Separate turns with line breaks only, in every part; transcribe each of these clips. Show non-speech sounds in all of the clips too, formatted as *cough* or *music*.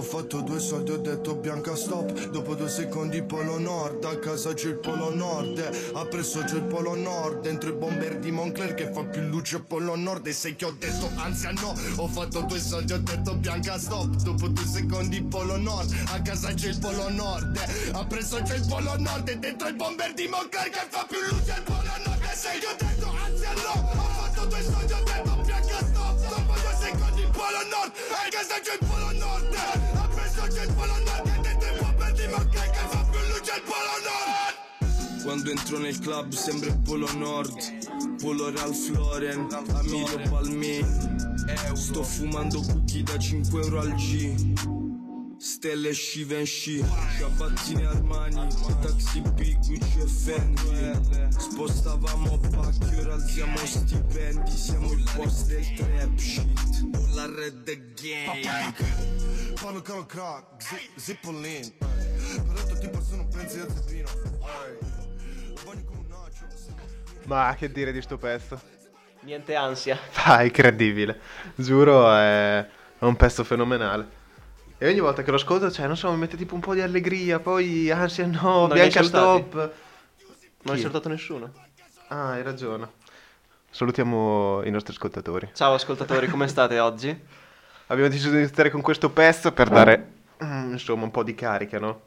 fatto due soldi ho detto bianca stop Dopo due secondi polo nord A casa c'è il polo nord Ha preso c'è il polo nord Dentro i bomber di Moncler che fa più luce polo nord E sai che ho detto ansia no Ho fatto due soldi ho detto bianca stop Dopo due secondi polo nord A casa c'è il polo nord Ha preso c'è il polo nord E dentro i bomber di Moncler che fa più luce al polo nord E sai che ho detto ansia no Ho fatto due soldi ho detto bianca stop Dopo due secondi polo nord A casa c'è il polo nord Ha preso c'è il polo nord E dentro i bomber di Moncler che fa più luce al polo nord
Quando entro nel club sembra il Polo Nord Polo Ralph Lauren, Amiro Palmi Sto fumando cookie da 5 euro al G Stelle scive in sci, ciabattine Armani Taxi P, Gucci e Fendi Spostavamo pacchi, ora alziamo stipendi Siamo il boss del trap shit La red gang
Parlo caro crack, zi- zippolin Però tutti possono pensare a Zeppino
Ma che dire di sto pezzo?
Niente ansia.
*laughs* Ah, incredibile. Giuro, è un pezzo fenomenale. E ogni volta che lo ascolto, cioè, non so, mi mette tipo un po' di allegria, poi ansia no,
Non li hai
bianca
saltati?
stop.
Non ho
Chi?
insultato nessuno.
Ah, hai ragione. Salutiamo i nostri ascoltatori.
Ciao ascoltatori, come state
Eh,
oggi?
Abbiamo deciso di iniziare con questo pezzo per dare, mm, insomma, un po' di carica, no?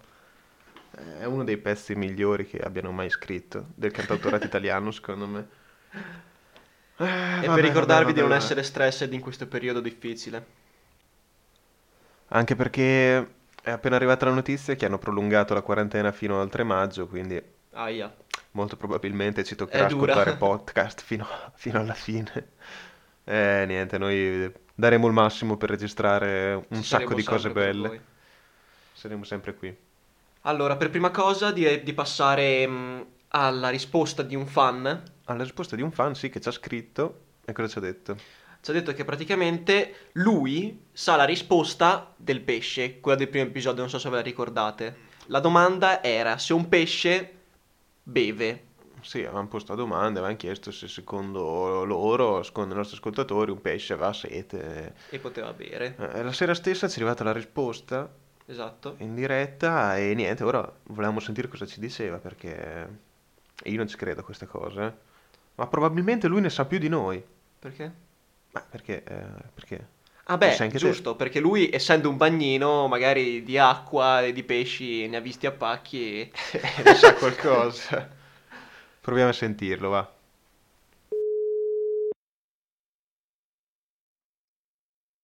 È uno dei pezzi migliori che abbiano mai scritto, del
*laughs*
cantautorato italiano, secondo me. Eh,
E
vabbè,
per ricordarvi
vabbè,
di non
vabbè.
essere stressed in questo periodo difficile.
Anche perché è appena arrivata la notizia che hanno prolungato la quarantena fino al 3 maggio, quindi...
Aia.
Molto probabilmente ci toccherà
È dura.
ascoltare podcast fino, fino alla fine. Eh, niente, noi daremo il massimo per registrare un
Ci
sacco
saremo
di cose
sempre per
belle.
voi.
Saremo sempre qui.
Allora, per prima cosa direi di passare mh, alla risposta di un fan.
Alla Ah, risposta di un fan, sì, che ci ha scritto. E cosa ci ha detto?
Ci ha detto che praticamente lui sa la risposta del pesce, quella del primo episodio, non so se ve la ricordate. La domanda era se un pesce beve.
Sì, avevano posto la domanda, avevano chiesto se secondo loro, secondo i nostri ascoltatori, un pesce aveva sete.
E poteva bere,
Eh, La sera stessa ci è arrivata la risposta
esatto.
in diretta e niente, ora volevamo sentire cosa ci diceva perché io non ci credo a queste cose, ma probabilmente lui ne sa più di noi.
Perché?
Ma perché? eh,
*laughs*
perché?
Ah
Lo sai
beh,
anche te.
giusto, perché lui essendo un bagnino magari di acqua e di pesci ne ha visti a pacchi e... *laughs*
ne sa qualcosa. Proviamo a sentirlo, va.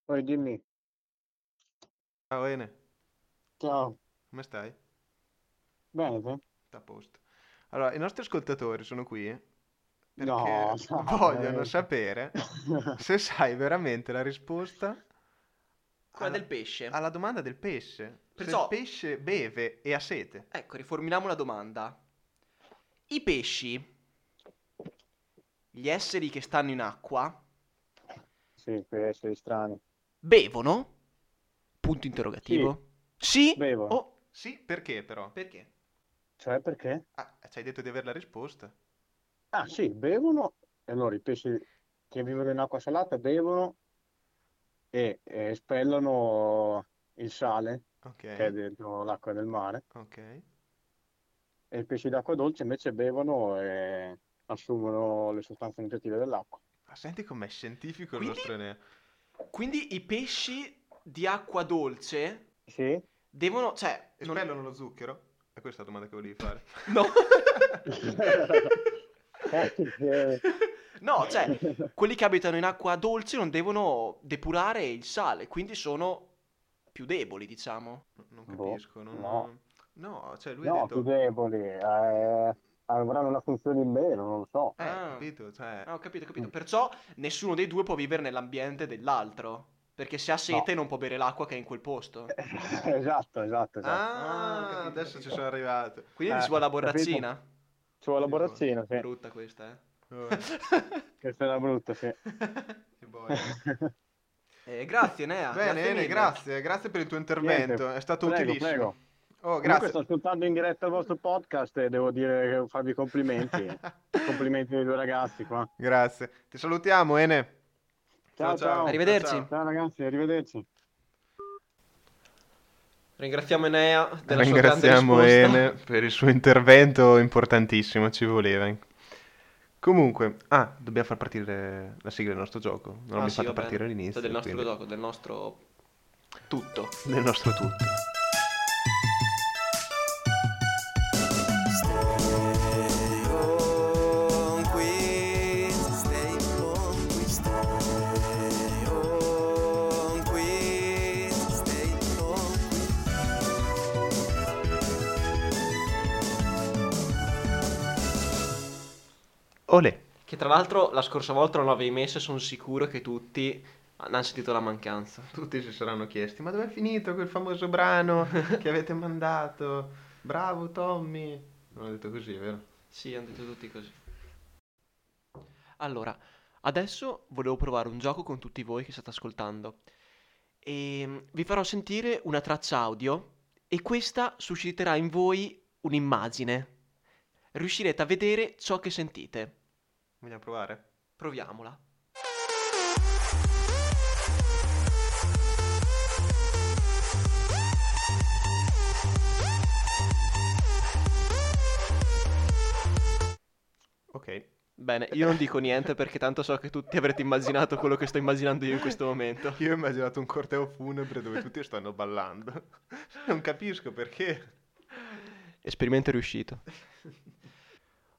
Poi dimmi,
Ciao Ene,
ciao,
come stai?
bene te?
Tutto a posto. Allora, i nostri ascoltatori sono qui perché
No, no,
vogliono
veramente. *laughs*
sapere se sai veramente la risposta
Quella
alla-
del pesce.
alla domanda del pesce. Se
Perciò-
il pesce beve e ha sete.
Ecco, riformuliamo la domanda. I pesci, gli esseri che stanno in acqua,
Sì, per essere strani.
bevono? Punto interrogativo. Sì,
Bevono.
o
Oh, Sì, perché però?
perché?
Cioè perché?
Ah, ci hai detto di avere la risposta.
Ah sì, bevono, e allora i pesci che vivono in acqua salata bevono e, e espellono il sale che è
Ok,
dentro l'acqua del mare
ok.
e i pesci d'acqua dolce invece bevono e assumono le sostanze nutritive dell'acqua.
Ma senti com'è scientifico il
Quindi-
nostro Enea.
Quindi i pesci di acqua dolce
Sì?
devono, cioè, non-
Espellono lo zucchero? È questa la domanda che volevi fare.
*laughs* No. *laughs*
Eh, sì, eh.
No,
*laughs*
cioè, quelli che abitano in acqua dolce non devono depurare il sale, quindi sono più deboli, diciamo.
Non
Boh,
capisco. non-
no.
No, cioè lui ha
No, più
detto...
deboli, eh, avranno una funzione in meno, non lo so. *laughs*
Eh,
Ah.
capito, cioè...
Ah, ho capito, ho capito. Perciò nessuno dei due può vivere nell'ambiente dell'altro, perché se ha sete non può bere l'acqua che è in quel posto.
Eh, Esatto, esatto, esatto.
Ah,
Ah, capito,
adesso
capito.
ci sono arrivato.
Quindi
Eh,
ci *laughs* vuole la
capito.
borrazzina.
Ci vuole la borrazzina, sì.
Brutta questa, eh.
Oh,
Questa è la brutta, sì.
che boia.
Eh, grazie, Nea.
Bene,
grazie
Ene,
mille.
grazie, grazie per il tuo
*laughs*
intervento,
Niente,
è stato
prego,
utilissimo.
prego.
Oh,
Comunque
grazie.
sto ascoltando in diretta il vostro podcast e devo dire che farvi
*laughs*
complimenti. complimenti ai due ragazzi qua.
grazie. Ti salutiamo, Ene.
Ciao, ciao.
Arrivederci.
Ciao ragazzi, arrivederci.
Ringraziamo Enea della
Ringraziamo
sua grande
*laughs*
risposta.
Ene per il suo intervento importantissimo, ci voleva. Comunque, ah, dobbiamo far partire la sigla del nostro gioco. Non
Ah,
l'abbiamo
sì,
fatto
va bene.
partire all'inizio.
Del nostro
quindi-
gioco, del nostro tutto.
Del nostro tutto. Olè.
Che tra l'altro la scorsa volta non l'avevi messo e sono sicuro che tutti hanno sentito la mancanza.
Tutti si saranno chiesti, ma dov'è finito quel famoso brano che avete mandato? Bravo Tommy! Non ho detto così, vero?
Sì, hanno detto tutti così. Allora, adesso volevo provare un gioco con tutti voi che state ascoltando. E vi farò sentire una traccia audio e questa susciterà in voi un'immagine. Riuscirete a vedere ciò che sentite.
Vogliamo provare?
Proviamola.
Ok.
Bene, Eh, io non dico niente perché tanto so che tutti avrete immaginato quello che sto immaginando io in questo momento.
Io ho immaginato un corteo funebre dove tutti stanno ballando. *laughs* Non capisco perché.
Esperimento riuscito.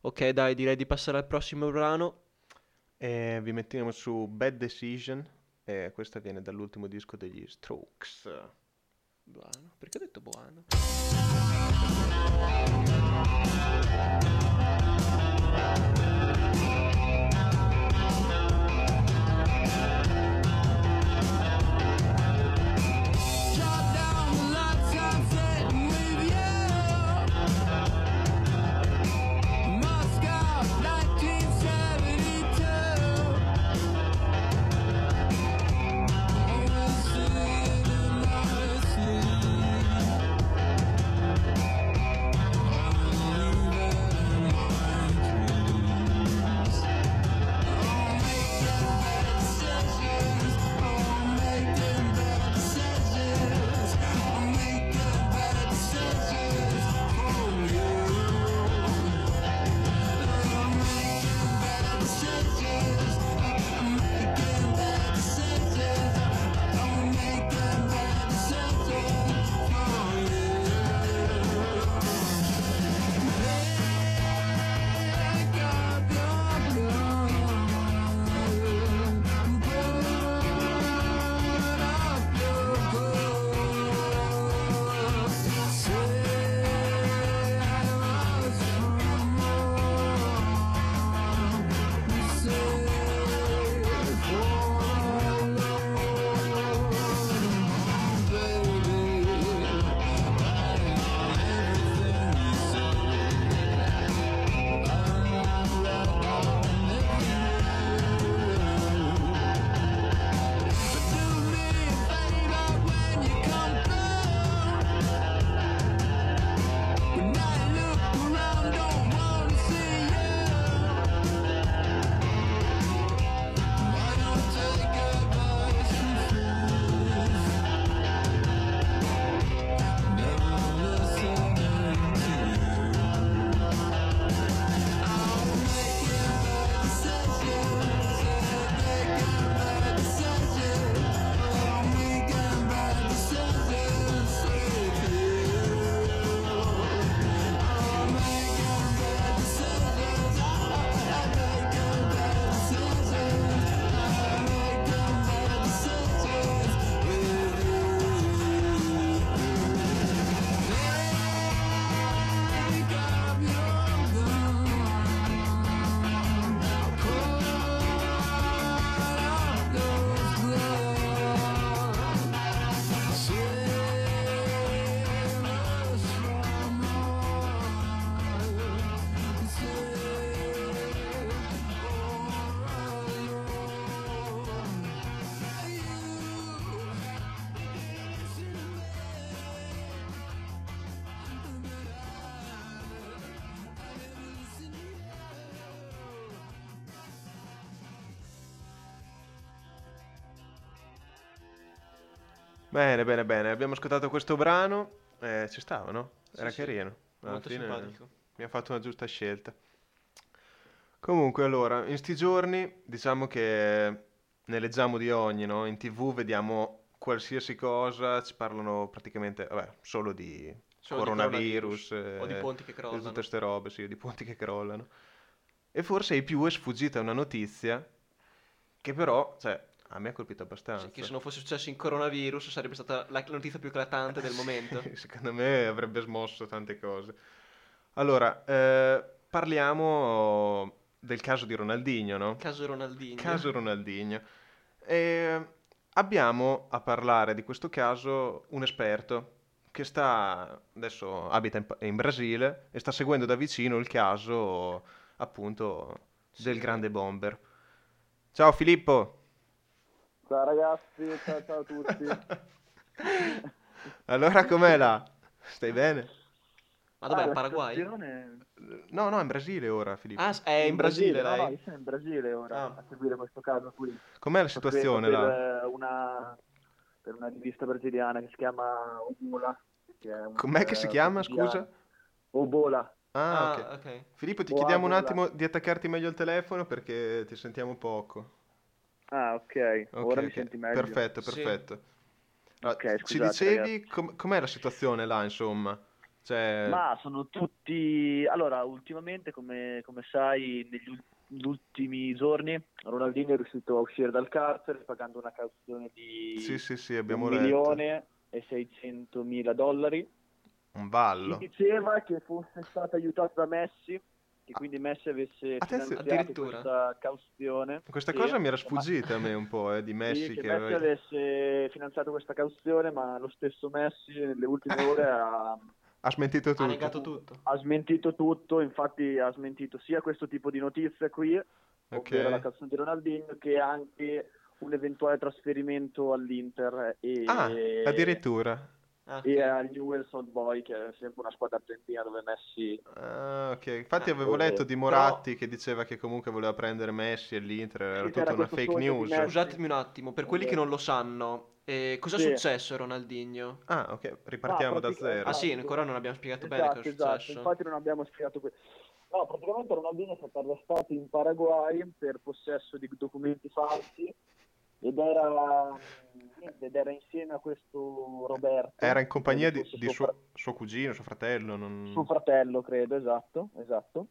Ok, dai, direi di passare al prossimo brano.
E vi mettiamo su Bad Decision. E questa viene dall'ultimo disco degli Strokes.
Buono, perché ho detto buono?
Thank you
Bene, bene, bene. Abbiamo ascoltato questo brano. Eh, ci stava, no?
Sì,
Era
sì.
carino. Alla
Molto
fine
simpatico.
abbiamo fatto una giusta scelta. Comunque, allora, in sti giorni diciamo che ne leggiamo di ogni, no? In TV vediamo qualsiasi cosa, ci parlano praticamente, vabbè, solo di
Solo di
coronavirus,
coronavirus, o di
eh,
ponti che
di
crollano.
tutte ste robe, sì, di ponti che crollano. E forse ai più è sfuggita una notizia che però, cioè, a me ha colpito abbastanza.
Cioè, che se non fosse successo in coronavirus sarebbe stata la notizia più eclatante del
*laughs*
momento.
Sì, *laughs* Secondo me avrebbe smosso tante cose. Allora, eh, parliamo del caso di Ronaldinho, no?
Caso Ronaldinho.
Caso Ronaldinho. E abbiamo a parlare di questo caso un esperto che sta adesso abita in, in Brasile e sta seguendo da vicino il caso appunto del grande bomber. Ciao Filippo.
Ciao ragazzi, ciao, ciao a tutti.
*laughs* Allora com'è là? Stai bene?
Ma dov'è?
Ah,
il
la
Paraguay?
situazione-
No, no, in Brasile ora, Filippo.
Ah, s- è in Brasile
no, no,
lei.
io sono in Brasile ora
Ah.
a seguire questo caso qui.
Com'è la
Lo scrivo
situazione
per,
là?
eh, una, per una rivista brasiliana che si chiama Obola. Che è un,
Com'è che si
eh,
chiama,
quotidiano.
scusa?
Obola.
Ah,
Ah,
ok.
ok.
Filippo, ti
Boa,
chiediamo un
bolla.
attimo di attaccarti meglio al telefono perché ti sentiamo poco.
Ah, ok.
Ok,
Ora mi
ok.
senti meglio.
Perfetto,
Sì.
perfetto.
Ok,
Allora, ci
scusate,
dicevi com- com'è la situazione là, insomma? Cioè,
Ma sono tutti... Allora, ultimamente, come, come sai, negli ul- negli ultimi giorni Ronaldinho è riuscito a uscire dal carcere pagando una cauzione di
sì, sì, sì, abbiamo
un
letto.
milione e 600 mila dollari.
Un
Si
ballo.
diceva che fosse stato aiutato da Messi, che quindi Messi avesse
Attenzione,
finanziato
addirittura.
questa cauzione.
Questa
Sì, eh,
cosa mi era
ma-
sfuggita a me un po', eh, di Messi
*laughs* sì,
che
che Messi
aveva-
avesse finanziato questa cauzione, ma lo stesso Messi nelle ultime ore ha,
ha smentito tutto.
Ha negato tutto.
ha smentito tutto, infatti ha smentito sia questo tipo di notizie qui,
Ok.
ovvero la cauzione di Ronaldinho, che anche un eventuale trasferimento all'Inter e,
Ah, addirittura.
Ah, ok.
e agli Newell's Old Boy, che è sempre una squadra argentina dove Messi
Ah, ok. Infatti
Ah,
avevo
ok.
letto di
eh, Però-
Moratti che diceva che comunque voleva prendere Messi e l'Inter, era
Sì,
tutta
c'era
una
questo
fake
sogno di
news.
Messi.
Scusatemi un attimo, per quelli che non lo sanno, eh, cosa è
Sì.
successo a Ronaldinho?
Ah, ok, ripartiamo da
praticamente-
zero.
Ah sì,
Esatto.
ancora non abbiamo spiegato bene
Esatto,
cosa è
esatto,
successo.
infatti non abbiamo spiegato questo. No, praticamente Ronaldinho è stato arrestato in Paraguay per possesso di documenti falsi ed era, ed era insieme a questo Roberto.
Era in compagnia di,
credo fosse
di
suo,
suo, Mm. suo cugino, suo fratello. non-
fra- *laughs* suo fratello, credo, esatto, esatto.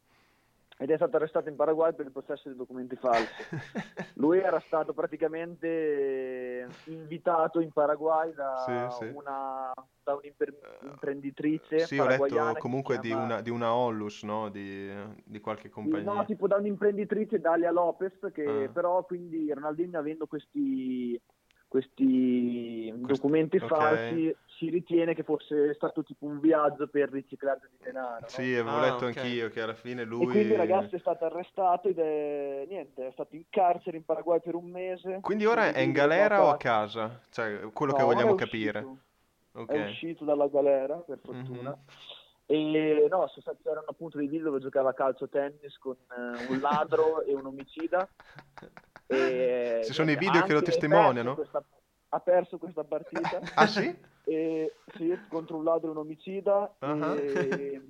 Ed è stato arrestato in Paraguay per il possesso di documenti falsi.
*laughs*
Lui era stato praticamente invitato in Paraguay da,
Sì, sì.
una- da un'imprenditrice
Sì, ho letto
paraguayana
comunque
che si
di,
chiama-
una, di una Ollus, no? Di, di qualche compagnia.
No, tipo da un'imprenditrice Dalia Lopez, che
Ah.
però quindi Ronaldinho avendo questi, questi documenti
ok.
falsi si ritiene che fosse stato tipo un viaggio per riciclaggio di denaro. no?
Sì, avevo
Ah,
letto
ok.
anch'io che alla fine
E
lui...
quindi il ragazzo è stato arrestato ed è niente, è stato in carcere in Paraguay per un mese.
Quindi ora è in galera o a casa? Cioè, quello che
No, ora
vogliamo
è
capire.
uscito. È
Ok. *laughs*
uscito dalla galera, per fortuna.
Mhm.
E no, sono stati- c'erano appunto dei video dove giocava a calcio tennis con eh, un
*laughs*
ladro e un omicida. E,
Ci sono i
niente,
video che lo
anche
testimoniano?
ha perso questa- ha perso questa partita
*laughs* Ah sì?
e, sì, contro un ladro e un omicida.
Ah. *laughs*
e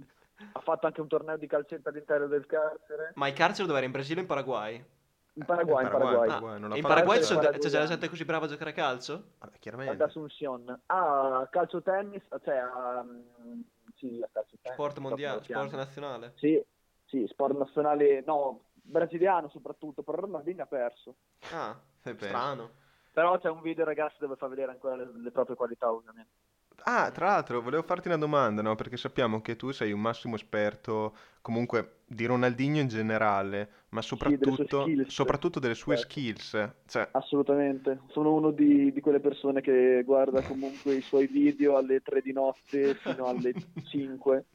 ha fatto anche un torneo di calcetto all'interno del carcere.
Ma il carcere dov'era? In Brasile o in Paraguay?
In *laughs* Paraguay, in
Paraguay,
Paraguay.
Paraguay. non
e
la
Ah, in
parla-
Paraguay
Paraguay c'è,
paraguayano.
c'è della gente così brava a giocare a calcio?
Vabbè,
Ad
chiaramente.
Asunción. A calcio tennis, cioè a... Sì, a calcio tennis.
Sport mondiale,
lo chiamo.
sport nazionale.
Sì, sì, sport nazionale, no, brasiliano soprattutto, però Ronaldinho ha perso.
Ah,
Eh, penso.
strano.
Però c'è un video ragazzi dove fa vedere ancora le, le proprie qualità ovviamente.
Ah, tra l'altro, volevo farti una domanda, no? Perché sappiamo che tu sei un massimo esperto comunque di Ronaldinho in generale, ma
delle sue
soprattutto,
skills.
soprattutto delle sue
Certo.
skills. Cioè,
Assolutamente, sono uno di, di quelle persone che guarda comunque i suoi video alle 3 di notte fino
*laughs*
alle 5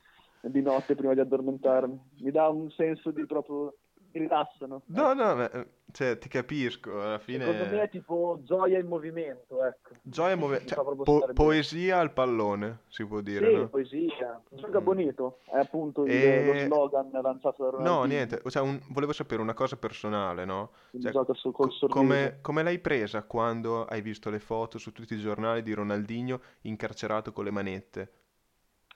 di notte prima di addormentarmi. Mi dà un senso di proprio ti rilassano.
No, no, ma, eh, cioè, ti capisco, alla
Secondo me è
fine...
tipo gioia in movimento, ecco.
Gioia move-
Ti
cioè,
fa proprio
po-
stare bene.
poesia al pallone, si può dire,
Sì,
no? Mm.
poesia. Gioca bonito, è appunto il-
E-
lo slogan lanciato da Ronaldinho.
No, niente, cioè, un- volevo sapere una cosa personale, no?
Quindi
Cioè,
gioca sul- col
co-
sorriso.
come, come l'hai presa quando hai visto le foto su tutti i giornali di Ronaldinho incarcerato con le manette?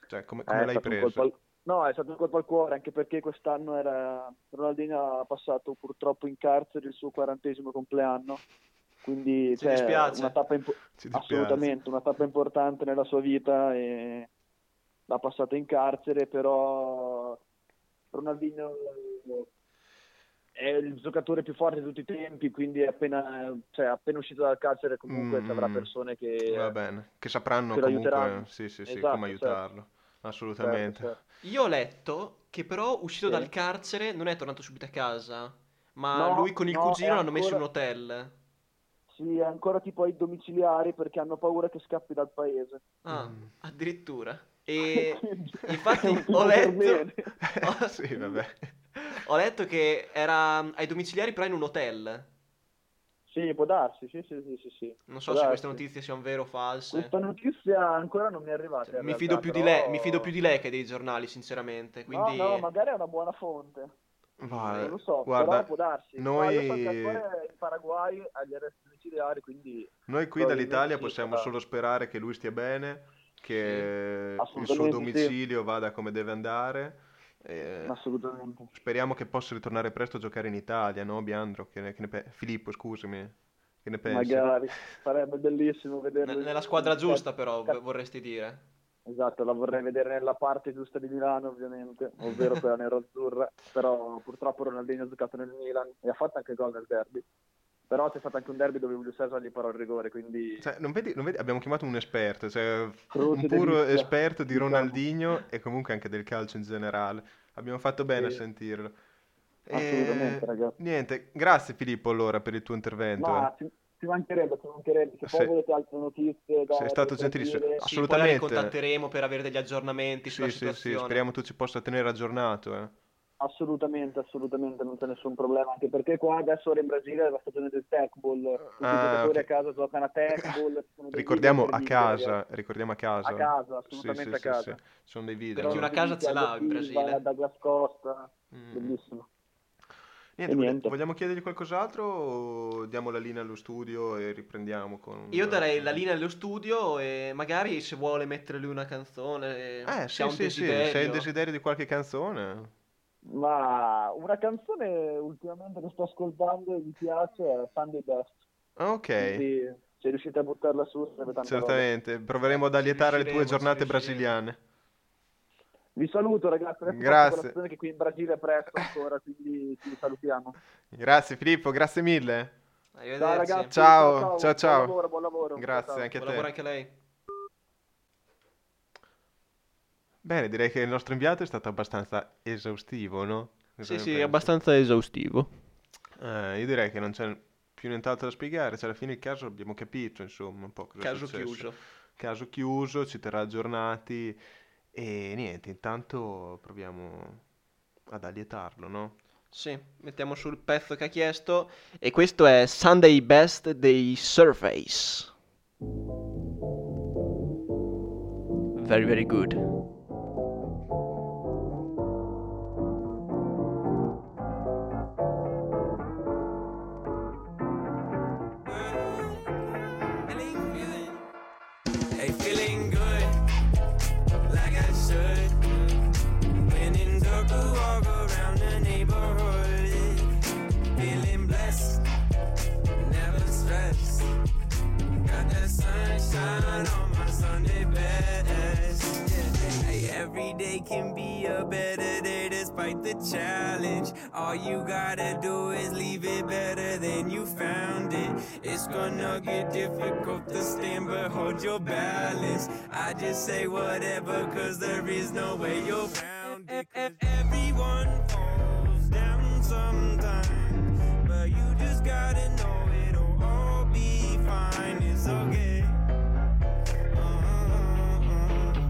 Cioè, come, come
Eh, è
l'hai
stato un
presa?
colpo al- No, è stato un colpo al cuore, anche perché quest'anno era... Ronaldinho ha passato purtroppo in carcere il suo quarantesimo compleanno, quindi
Ci
cioè,
dispiace.
una tappa impo-
Ci dispiace.
assolutamente, una tappa importante nella sua vita e l'ha passata in carcere, però Ronaldinho è il giocatore più forte di tutti i tempi, quindi è appena, cioè, appena uscito dal carcere comunque
Mm,
ci avrà
mm.
persone che...
Va bene, che sapranno
che lo
comunque,
aiuteranno.
sì, sì, sì,
eh, Esatto,
come
certo.
aiutarlo, assolutamente.
Certo, certo.
Io ho letto che però uscito
Sì.
dal carcere non è tornato subito a casa, ma
No,
lui con il
no,
cugino
è
l'hanno messo in un
ancora-
hotel.
Sì, è ancora tipo ai domiciliari perché hanno paura che scappi dal paese.
Ah,
*laughs* Mm.
addirittura. E
*laughs* Quindi-
infatti
non si
ho
può
letto...
dormire.
ho-
Ah, Sì, vabbè.
Ho letto che era mm, ai domiciliari però in un hotel.
Sì, può darsi, sì, sì, sì, sì, sì.
Non so
Può
se
darsi.
queste notizie siano vere o false.
Questa notizia ancora non mi è arrivata.
Cioè,
in
mi,
realtà,
fido più di
però-
lei, mi fido più di lei che dei giornali, sinceramente. Quindi...
No, no, magari è una buona fonte.
Va-
non lo so,
guarda,
però può darsi. No, io so che
noi-
ancora è in Paraguay agli arresti domiciliari, quindi
Noi qui dall'Italia possiamo
Probabilmente sì,
solo sperare che lui stia bene, che il suo
assolutamente sì.
domicilio vada come deve andare. e
assolutamente.
speriamo che possa ritornare presto a giocare in Italia, no, Biandro? Che ne, che ne pe- Filippo, scusami, che ne pensi?
Magari sarebbe bellissimo vederlo
Ne-
in-
Nella squadra
in-
giusta, però, v- vorresti dire.
Esatto, la vorrei vedere nella parte giusta di Milano, ovviamente, ovvero quella nero-azzurra, però purtroppo Ronaldinho ha giocato nel Milan e ha fatto anche gol nel derby. Però c'è stato anche un derby dove Julio Cesar gli parò il rigore, quindi
Cioè, non vedi, non vedi- abbiamo chiamato un esperto, cioè,
Croce
un puro
delizia.
esperto di
Diciamo.
Ronaldinho e comunque anche del calcio in generale. Abbiamo fatto bene
Sì.
a sentirlo. eh,
Assolutamente, ragazzi.
Niente, grazie Filippo allora per il tuo intervento. eh.
ma ci, ci mancherebbe, ci mancherebbe, se
Sì.
poi volete altre notizie da
Sei stato
riprendere-
gentilissimo.
Sì, poi magari
Assolutamente.
contatteremo per avere degli aggiornamenti sulla
Sì, sì, sì,
situazione.
speriamo tu ci possa tenere aggiornato. eh.
Assolutamente, assolutamente, non c'è nessun problema, anche perché qua adesso ora in Brasile è la stagione del tecball, tutti
Ah,
i giocatori
ok.
a casa giocano a tecball. ci sono dei
Ricordiamo
video
a
incredibili, eh.
casa, ricordiamo a casa.
A casa,
Sì,
assolutamente
sì,
a
sì,
casa.
sì. Ci Sono dei video.
Perché
no?
una casa ce l'ha in Brasile.
Douglas Costa,
Mm.
bellissimo.
Niente,
e
voglia-
niente.
vogliamo chiedergli qualcos'altro o diamo la linea allo studio e riprendiamo con...
Io darei la linea allo studio e magari se vuole mettere lui una canzone,
Eh, sì,
se ha un
sì, sì, se hai
desiderio.
il desiderio di qualche canzone.
Ma una canzone ultimamente che sto ascoltando e mi piace è Sunday Best.
Ah, Ok,
Quindi se riuscite a buttarla su sarebbe tanta roba.
certamente. Proveremo ad allietare le tue
riusciremo, ci
giornate
riusciremo.
brasiliane.
Vi saluto ragazzi, adesso
Grazie.
faccio colazione che qui in Brasile è presto ancora, quindi ci salutiamo.
Grazie Filippo, grazie mille.
Arrivederci.
Ciao ragazzi,
Ciao, ciao,
ciao,
ciao.
Buon lavoro, buon lavoro. Ciao,
Grazie
ciao.
anche a
Buon
te.
lavoro anche a lei.
Bene, direi che il nostro inviato è stato abbastanza esaustivo, no? Cosa
Sì,
ne
sì,
pensi?
abbastanza esaustivo.
Eh, io direi che non c'è più nient'altro da spiegare, cioè alla fine il caso abbiamo capito, insomma, un po' cosa è
Caso
successo.
chiuso.
Caso chiuso, ci terrà aggiornati e niente, intanto proviamo ad allietarlo, no?
Sì, mettiamo sul pezzo che ha chiesto. E questo è Sunday Best dei Surface. Very, very good.
Hey, feeling good, like I should. When in dark, we walk around the neighborhood. Feeling blessed, never stressed. Got that sunshine on my Sunday best. Yeah. Hey, every day can be a better day despite the challenge. All you gotta do is leave it better than you found it. It's gonna get difficult to stand, but hold your balance. I just say whatever, cause there is no way you're round it. 'Cause Everyone falls down sometimes, but you just gotta know it'll all be fine. It's okay. Uh-uh-uh.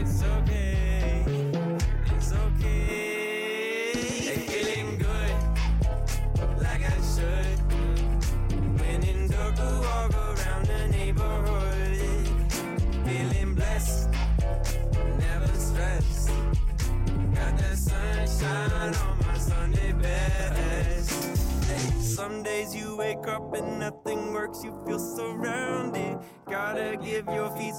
It's okay. It's okay. Hey, feeling good, but nothing works, you feel surrounded. Gotta give your feet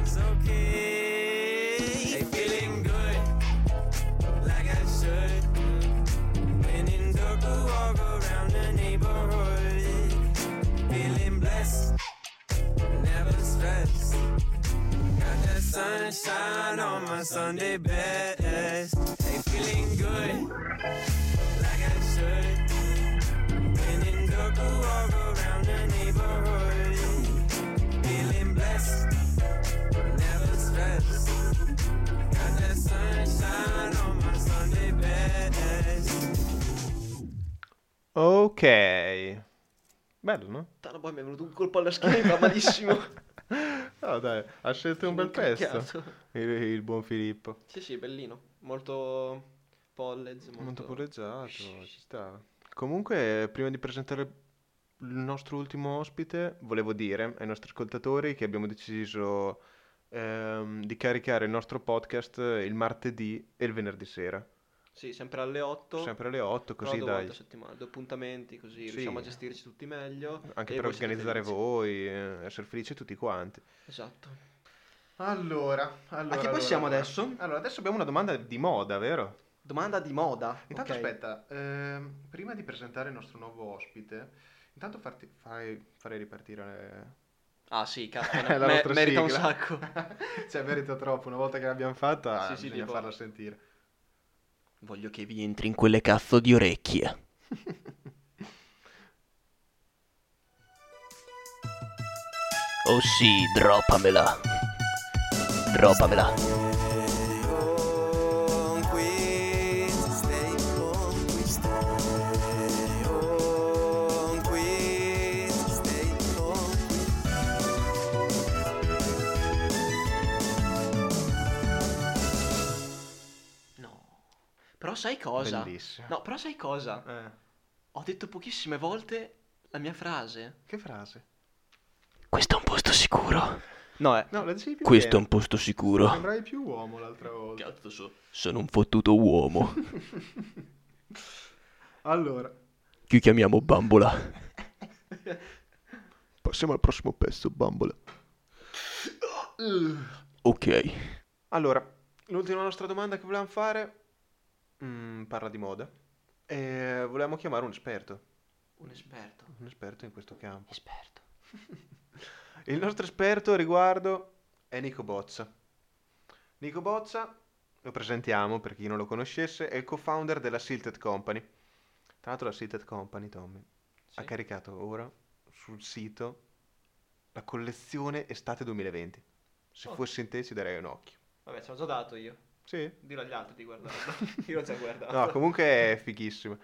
It's okay. Feeling good, like I should. When in circle, walk around the neighborhood. Feeling blessed, never stressed. Got that sunshine on my Sunday best. Hey, feeling good, like I should. When in circle, walk around the neighborhood. Feeling blessed, never stressed. Got that sunshine on my Sunday best.
Ok. Bello, no?
Puttana, poi mi è venuto un colpo alla schiena, *laughs* fa malissimo.
*laughs* No, dai, ha scelto un bel
Sono
pezzo.
cacchiato.
Il, il buon Filippo.
Sì, sì, bellino. Molto college, molto...
Molto poleggiato, ci sta. Comunque, prima di presentare il nostro ultimo ospite, volevo dire ai nostri ascoltatori che abbiamo deciso ehm, di caricare il nostro podcast il martedì e il venerdì sera.
Sì, sempre alle 8.
Sempre alle 8,
però
così
due
dai.
volte a settimana, due appuntamenti, così
Sì.
riusciamo a gestirci tutti meglio.
Anche
e
per
voi siete
organizzare
felici.
voi, eh, essere felici tutti quanti.
Esatto.
Allora,
allora, allora, passiamo allora. adesso?
Allora, adesso abbiamo una domanda di moda, vero?
Domanda di moda.
Intanto
ok.
aspetta, ehm, prima di presentare il nostro nuovo ospite, intanto farti, fai- farei ripartire
Ah,
*laughs*
sì, cazzo,
eh, la
*laughs* me-
nostra
merita un
sigla. *laughs*
sacco.
cioè merita troppo, una volta che l'abbiamo fatta
Sì, sì,
bisogna
tipo-
farla sentire.
Voglio che vi entri in quelle cazzo di *laughs* orecchie. Oh sì, droppamela. Droppamela. No. Però sai cosa?
Bellissimo.
No, però sai cosa?
Eh,
Ho detto pochissime volte la mia frase.
che frase?
Questo è un posto sicuro. No, eh.
No, la dicevi più
Questo è
bene.
un posto sicuro.
Sembravi più uomo l'altra volta.
Cazzo so.
Sono un fottuto uomo.
*laughs* Allora,
Chi chiamiamo Bambola? Passiamo al prossimo pezzo, Bambola. Ok.
Allora, l'ultima nostra domanda che volevamo fare mm, parla di moda. E volevamo chiamare un esperto,
Un esperto.
un esperto in questo campo.
Esperto.
*laughs* Il nostro esperto a riguardo è Nico Bozza. Nico Bozza, lo presentiamo per chi non lo conoscesse, è il co-founder della Silted Company. Tra l'altro la Silted Company, Tommy, ha
Sì.
caricato ora sul sito la collezione estate 2020. Se
Oh.
fossi in te ci darei un occhio.
Vabbè, ci ho già dato io.
Sì?
Dirò agli altri
*laughs*
di guardarlo. io l'ho già guardato.
No, comunque è fighissimo.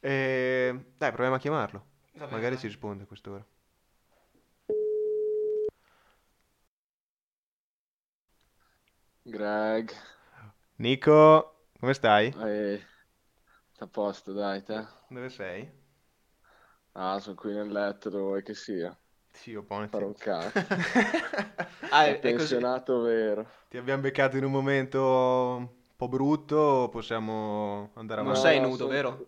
Eh, Dai, proviamo a chiamarlo.
Vabbè,
Magari
dai.
ci risponde a quest'ora.
Greg,
Nico, come stai?
eh, sta a posto, dai, te?
Dove sei?
Ah, sono qui nel letto dove vuoi che sia.
Sì, buono.
Farò un cazzo.
Ah, è,
Un
è così.
pensionato vero.
*laughs* Ti abbiamo beccato in un momento un po' brutto, possiamo andare
Non
No,
avanti.
sei
no,
nudo,
sono-
vero?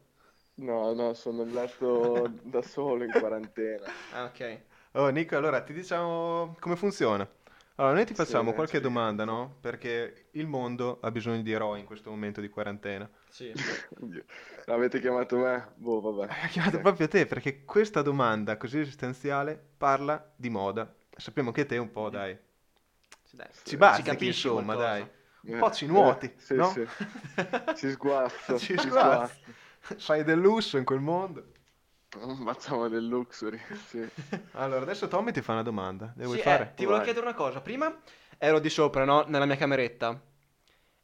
No, no, sono nel letto da solo in quarantena.
Ah, ok.
Oh, Nico, allora ti diciamo come funziona. Allora, noi ti facciamo
Sì,
qualche
sì.
domanda, no? Perché il mondo ha bisogno di eroi in questo momento di quarantena.
Eh,
Sì.
L'avete chiamato me? Boh, vabbè.
Ha chiamato proprio te perché questa domanda così esistenziale parla di moda. Sappiamo che te un po', dai,
Sì, dai.
ci bazzichi,
capisci
insomma,
qualcosa.
dai. Un po' ci nuoti,
Eh, sì,
no?
sì. Ci
*laughs*
sguazzo,
Ci
ci
sguazzi. Fai del lusso in quel mondo.
sguazzo. Facciamo del luxury, sì.
Allora, adesso Tommy ti fa una domanda. Le vuoi
Sì, eh,
fare?
ti volevo
Vai.
chiedere una cosa. Prima ero di sopra, no? Nella mia cameretta.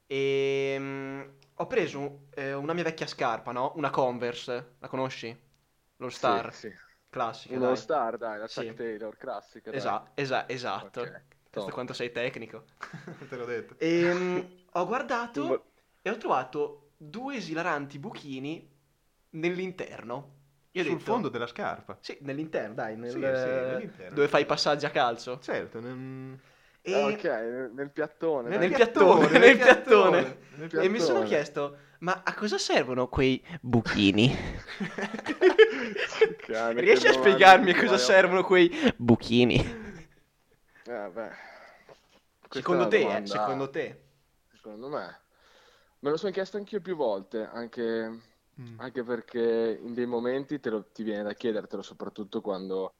E mm, ho preso eh, una mia vecchia scarpa, no? Una Converse. La conosci? Lo Star.
Sì, sì.
Classica,
Uno
dai.
star, dai, la
Sì.
Chuck Taylor, classica, dai.
Esa- esa- esatto.
Ok.
Questo quanto sei tecnico.
*laughs* Te l'ho detto.
Ehm, ho guardato e ho trovato due esilaranti buchini nell'interno. Io ho
Sul
detto-
fondo della scarpa.
Sì, nell'interno, dai, nel-
Sì, sì, nell'interno.
dove fai i passaggi a calcio.
Certo, nel,
E
Ah, ok, nel, nel piattone.
nel,
dai.
piattone, nel piattone.
Nel
E mi sono
piattone.
chiesto, ma a cosa servono quei buchini?
Cane,
Riesci
che
a
domande,
spiegarmi a
vai,
cosa
oh.
servono quei buchini?
Eh, beh. Questa è
Secondo
una
te, eh,
domanda-
secondo te.
Secondo me. Me lo sono chiesto anch'io più volte, anche,
Mm.
anche perché in dei momenti te lo- ti viene da chiedertelo, soprattutto quando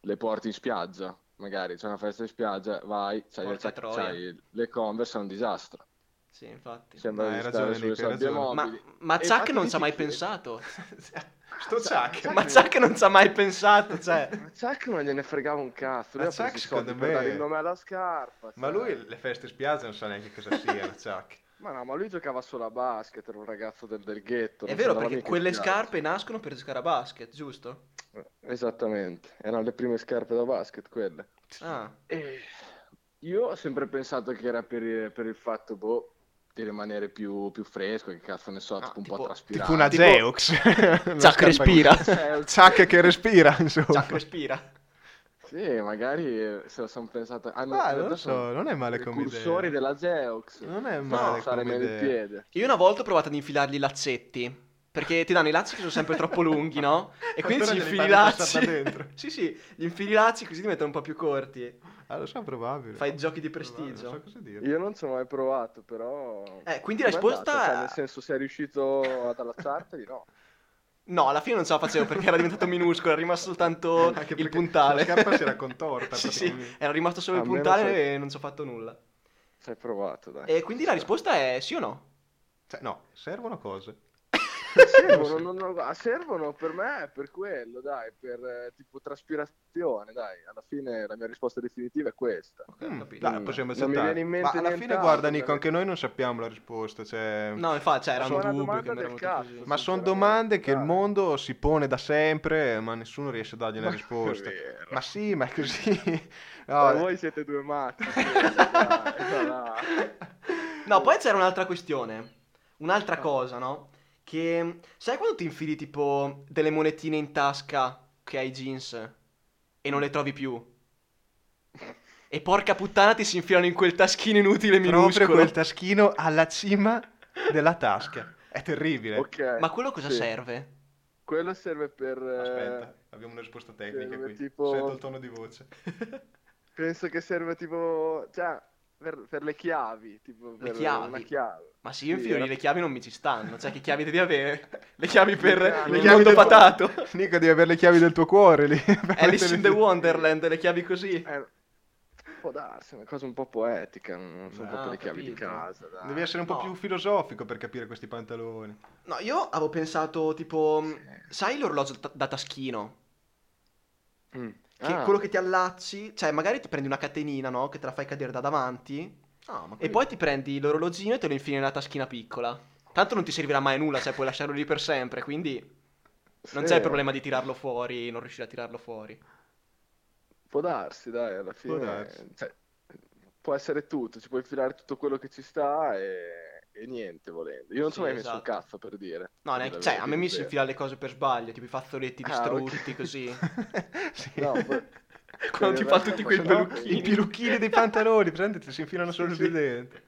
le porti in spiaggia. Magari c'è una festa in spiaggia, vai, c'hai,
Porca
c'hai-
troia.
c'hai- le Converse, è un disastro.
Sì, infatti.
Sembra
No,
di
hai
stare
ragione,
sulle
Nico, hai
sabbie
ragione.
Ma,
mobili.
ma
E
Chuck
infatti
non
lì
ci ha
ti
mai
chiedi-
pensato.
Sto Chuck.
Ma Chuck non ci ha mai pensato, cioè.
Ma Chuck non gliene fregava un cazzo, lui
Ma
ha preso
Chuck,
i soldi
secondo
per
me-
dare il nome alla scarpa,
Ma
cioè.
lui le feste in spiaggia non sa neanche cosa siano, Chuck.
Ma no, ma lui giocava solo a basket, era un ragazzo del, del ghetto,
È
non
vero,
andava
perché
mica in
quelle
spiaggia.
scarpe nascono per giocare a basket, giusto?
Esattamente, erano le prime scarpe da basket quelle.
Ah,
E Eh, io ho sempre pensato che era per, per il fatto, boh, di rimanere più, più fresco, che cazzo ne so,
Ah,
*laughs* tipo un
tipo-
po' traspirato.
Tipo una Zeox. *laughs* Una
Chuck
scarpa
respira.
Cioè,
Chuck che respira, insomma.
Chuck respira.
sì, magari se lo sono pensato... Hanno,
Ah,
in
non
realtà
lo
sono
so, non è male come
precursori
idea.
della Zeox.
Non è
No,
male
fare
come
meno il
idea.
piede.
Io una volta ho provato ad infilargli i lazzetti. Perché ti danno i lazzi che sono sempre troppo
*laughs*
lunghi, no? E quindi
Allora
ci
glieli
infili i
fai passare
lazzi.
dentro.
*laughs* sì, sì, gli infili i lazzi così ti mettono un po' più corti.
Ah, lo so, probabile.
Fai giochi di
Probabile,
prestigio.
Non so cosa dire.
Io non ci ho mai provato, però...
Eh, quindi la
Com'è
risposta
andata? Cioè,
è-
nel senso, sei riuscito ad allacciarti? No.
No, alla fine non ce la facevo perché era diventato minuscolo, era rimasto soltanto
*laughs* Anche
il
perché
puntale.
la scarpa si era contorta,
*laughs* sì, sì,
praticamente.
era rimasto solo il
A meno
puntale
se- Eh,
e non ci ho fatto nulla.
Ci hai provato, dai.
E Eh, quindi la risposta è sì o no?
Cioè, no, servono cose.
Servono, non- non- ah, servono per me per quello, dai, per eh, tipo traspirazione, dai. Alla fine la mia risposta definitiva è questa.
Ok,
Mm,
ho capito.
dai, possiamo
Non mi viene
accettare.
in mente
Ma alla fine,
nient'altro,
guarda, Nico,
veramente.
anche noi non sappiamo la risposta. Cioè...
No, infatti, cioè, era
Sono
un
una
dubbio
domanda
che mi era
del
venuto così.
cazzo.
Ma sono
sinceramente,
domande che il
dai.
mondo si pone da sempre, ma nessuno riesce a dargli una
Ma
risposta.
è vero.
Ma sì, ma è
*laughs*
così. No,
Ma voi siete due matti. dai, dai.
No, poi c'era un'altra questione. Un'altra cosa, no? Che sai quando ti infili tipo delle monetine in tasca che hai i jeans e non le trovi più? E porca puttana ti si infilano in quel taschino inutile
proprio
minuscolo.
quel taschino alla cima della tasca. È terribile.
Ok,
Ma quello cosa
sì.
serve?
Quello serve per... eh,
Aspetta, abbiamo una risposta tecnica
serve
qui.
tipo-
Sento il tono di voce.
Penso che serve tipo... Cioè, per, per le chiavi, tipo per
chiavi?
una chiave.
Ma se io
Sì,
infilo lì
era-
le chiavi non mi ci stanno, cioè che chiavi devi avere? Le chiavi per
Le chiavi
il
del-
mondo patato?
*laughs*
*laughs*
Nico, devi avere le chiavi del tuo cuore lì. *laughs* per
Alice in the
metterle-
Wonderland, le chiavi così?
Eh, può darsi, è una cosa un po' poetica, non sono
Ah,
proprio
ho
le chiavi di
capito.
casa, dai.
Devi essere un po'
No.
più filosofico per capire questi pantaloni.
No, io avevo pensato tipo, mh, sai l'orologio ta- da taschino?
Mm.
Che
Ah,
quello che ti allacci, cioè magari ti prendi una catenina, no? Che te la fai cadere da davanti. E poi ti prendi l'orologino e te lo infili nella taschina piccola. Tanto non ti servirà mai a nulla, cioè puoi lasciarlo lì per sempre, quindi non
sì,
c'è il problema di tirarlo fuori, non riuscire a tirarlo fuori.
Può darsi, dai, alla fine.
darsi.
cioè, può essere tutto, ci puoi infilare tutto quello che ci sta e, e niente volendo. Io non ci ho
Sì,
mai messo un
esatto.
cazzo per dire.
No, neanche, cioè, a me mi si
si
infila le cose per sbaglio, tipo i fazzoletti
Ah,
distrutti,
*laughs* ok.
così.
*laughs* sì. *laughs*
No, poi-
Quando ti fa tutti
*laughs*
quei
No,
pelucchini.
I pelucchini dei pantaloni, presente, ti si infilano solo
Sì,
lì
sì.
dentro.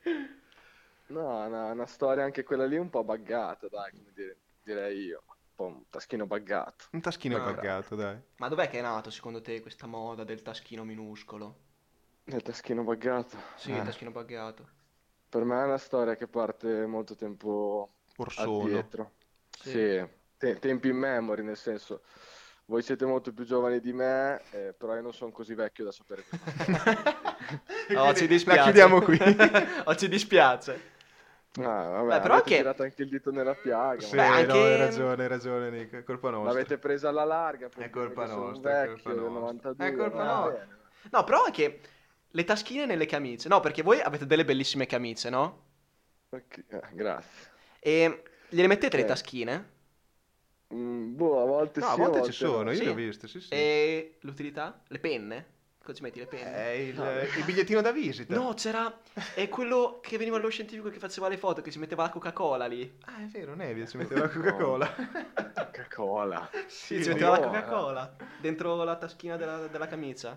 No, no, è una storia anche quella lì un po' buggata, dai, come dire- direi io. Un po' un taschino buggato.
Un taschino
Ah,
pagato, dai.
Ma dov'è che è nato secondo te questa moda del taschino minuscolo?
Il taschino buggato.
Sì,
Eh.
il taschino buggato.
*laughs* Per me è una storia che parte molto tempo
Orsono. *laughs*
addietro.
Sì.
Sì, te- tempi in memory, nel senso, voi siete molto più giovani di me, eh, però io non sono così vecchio da sapere questo.
Oh, ci dispiace.
La chiudiamo
*laughs*
qui.
oh, ci dispiace.
Ah, vabbè,
Beh, però
avete
anche-
tirato anche il dito nella piaga,
Sì,
ma
Beh, anche-
no, hai ragione, hai ragione, Nico. È colpa nostra.
l'avete presa alla larga perché
È colpa
perché sono un
nostra, è
vecchio
colpa
del
nostra.
92,
È colpa
va
nostra.
bene.
No, però anche le taschine nelle camicie. No, perché voi avete delle bellissime camicie, no?
Ok, eh, grazie.
E gliele mettete le
Ok.
taschine?
Mm, boh, a volte
No,
sì,
a volte ci
no.
sono, io
Sì. Eh,
le ho viste, sì, sì.
E l'utilità? Le penne? Cosa ci metti le penne?
È il,
No.
il bigliettino da visita.
No, c'era. È quello che veniva allo scientifico che faceva le foto, che si metteva la Coca-Cola lì.
Ah, è vero, Neville
*laughs*
si metteva la Coca-Cola.
Ah. Coca-Cola.
Sì, ci metteva la Coca-Cola dentro la taschina della,
*laughs*
della camicia.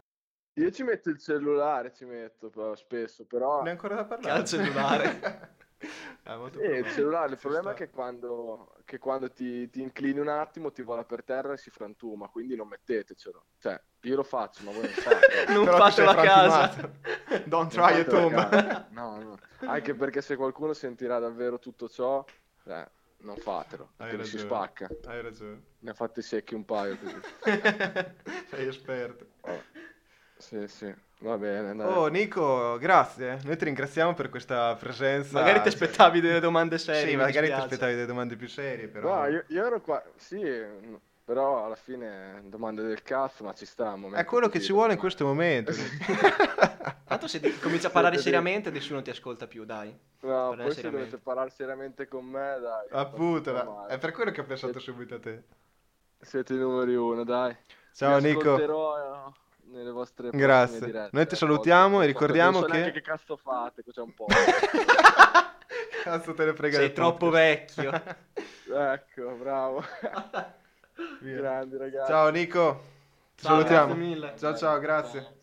Io ci metto il cellulare, ci metto però, spesso, però...
Ne è ancora da parlare.
Che ha il cellulare.
*laughs* Ah, molto
Sì, Eh, il
probabile.
cellulare, il
Ci
problema è
sta. *laughs*
che quando, che quando ti, ti inclini un attimo ti vola per terra e si frantuma, quindi non mettetecelo. Cioè, io lo faccio, ma voi
*laughs*
non fate.
Non
Però ti sei
fatelo a casa.
frantumato. Don't try it
Non
home.
fatelo, raga. No, no. Anche perché se qualcuno sentirà davvero tutto ciò, eh, non fatelo,
*laughs* Hai
perché si
ragione.
spacca.
Hai ragione.
Ne ho fatti secchi un paio così.
Sei esperto.
Sì, sì, va bene. dai.
Oh, Nico, grazie. eh. Noi ti ringraziamo per questa presenza.
Magari ti
Cioè,
aspettavi delle domande serie.
Sì,
mi
magari ti
dispiace.
aspettavi delle domande più serie, però.
No, io, io ero qua, sì, no, però alla fine domande del cazzo, ma ci sta un momento
È quello che
così,
ci vuole in
insomma.
questo
*laughs*
momento. *laughs*
Tanto se ti- cominci a parlare
Sì, sì.
seriamente, nessuno ti ascolta più, dai.
No,
Parlare
poi se
seriamente.
dovete parlare seriamente con me, dai.
Appunto,
fa
ma-
male.
è per quello che ho pensato subito a te.
Siete i numeri uno, dai.
Ciao,
Vi
Nico.
ascolterò, eh, nelle vostre prossime
Grazie.
dirette,
Noi ti
eh,
salutiamo
podcast.
e ricordiamo
Non so
che-
neanche che cazzo fate, c'è un po'.
Cazzo, te ne frega
Sei
del
troppo
podcast. *laughs*
vecchio.
ecco, bravo.
Via.
Grandi ragazzi.
Ciao, Nico. Ti
Ciao,
salutiamo.
grazie mille.
Ciao, ciao, grazie.
Ciao.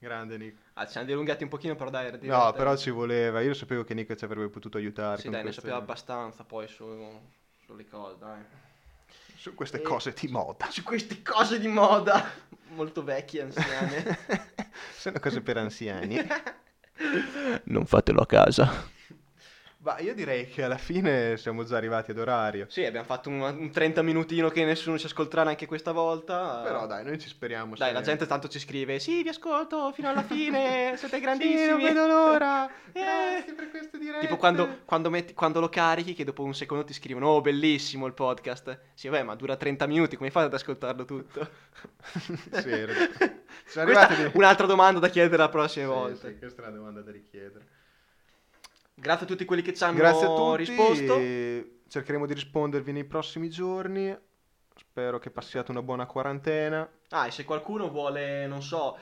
Grande, Nico.
Ah, ci siamo dilungati un pochino, però dai. era
No,
divertente.
però ci voleva. Io lo sapevo che Nico ci avrebbe potuto aiutare
Sì,
con
dai, ne
queste-
sapeva abbastanza poi su, sulle cose, dai.
su queste
Eh.
cose di moda. *laughs*
Su queste cose di moda molto
*laughs*
vecchie, anziane.
Sono cose per
*laughs*
anziani.
Non fatelo a casa.
Ma io direi che alla fine siamo già arrivati ad orario.
sì, abbiamo fatto un, un 30 minutino che nessuno ci ascolterà neanche questa volta.
Però dai, noi ci speriamo.
Ah. Dai,
se-
la gente tanto ci scrive: Sì, vi ascolto fino alla
*laughs*
fine. Siete grandissimi.
Sì, non vedo l'ora. Grazie
*laughs* Eh.
per queste dirette.
Tipo quando, quando metti- quando lo carichi, che dopo un secondo ti scrivono: Oh, bellissimo il podcast. Sì, vabbè, ma dura 30 minuti, come fate ad ascoltarlo tutto?
Sì, era-
*laughs*
Sono
Questa
arrivati
è un'altra domanda da chiedere la prossima
Sì,
volta.
sì, questa è una domanda da richiedere.
Grazie a tutti quelli che ci hanno
Grazie a tutti.
risposto.
Cercheremo di rispondervi nei prossimi giorni. Spero che passiate una buona quarantena.
Ah, e se qualcuno vuole, non so,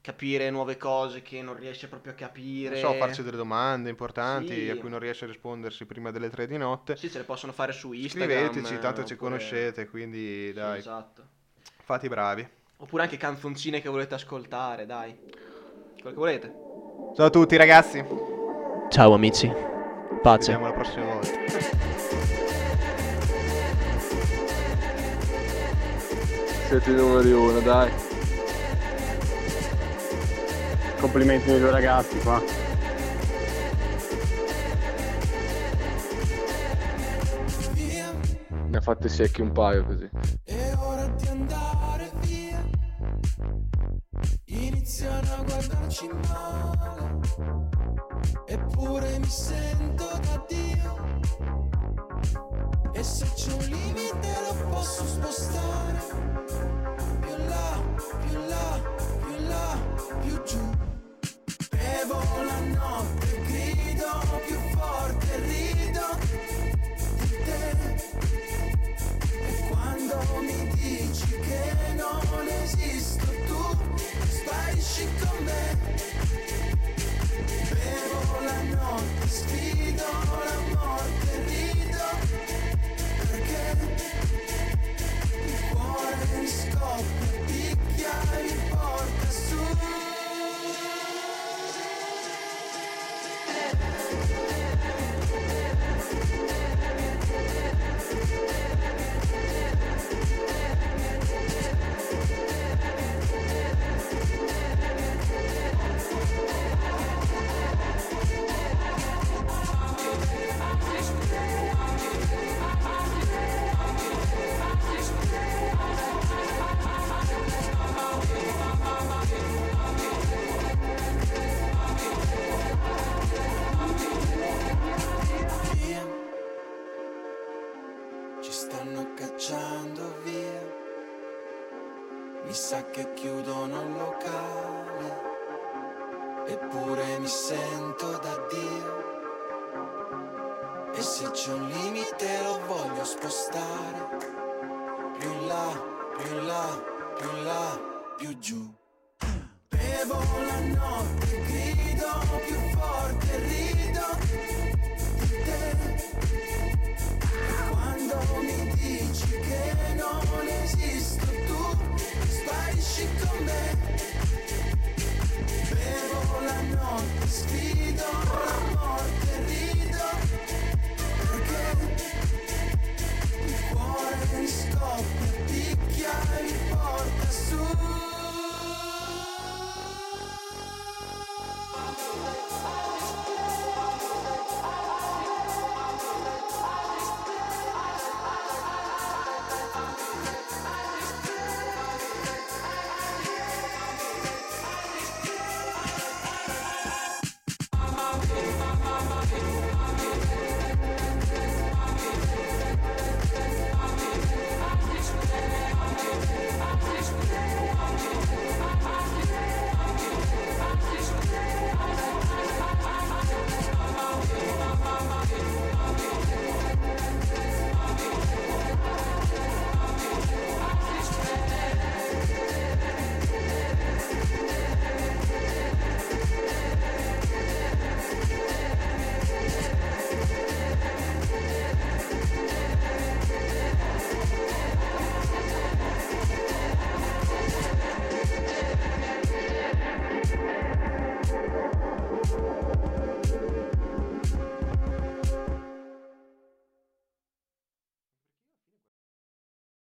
capire nuove cose che non riesce proprio a
Non
capire,
so, farci delle domande importanti
Sì.
a cui non riesce a rispondersi prima delle tre di notte.
sì, ce le possono fare su Instagram.
Scriveteci, tanto ci
oppure-
conoscete, quindi
Sì,
dai,
esatto.
fate i bravi.
Oppure anche canzoncine che volete ascoltare, dai. Quello che volete.
Ciao a tutti ragazzi, ci
Ciao amici. Pace.
vediamo la prossima volta.
Siete i numeri uno, dai.
Complimenti ai due ragazzi qua.
Ne ho fatti secchi un paio così.
È ora di andare via. Iniziano a guardarci male. Eppure mi sento da Dio. E se c'è un limite lo posso spostare. Più là, più là, più là, più giù. Bevo la notte, grido più forte, rido di te. E quando mi dici che non esisto tu sparisci con me Bevo la notte, sfido la morte, rido Perché il cuore mi scoppia, picchia e mi porta su via. Ci stanno cacciando via. Mi sa che chiudono il locale. Eppure mi sento da Dio. E se c'è un limite lo voglio spostare. Più in là, più in là, più in là, più
giù
e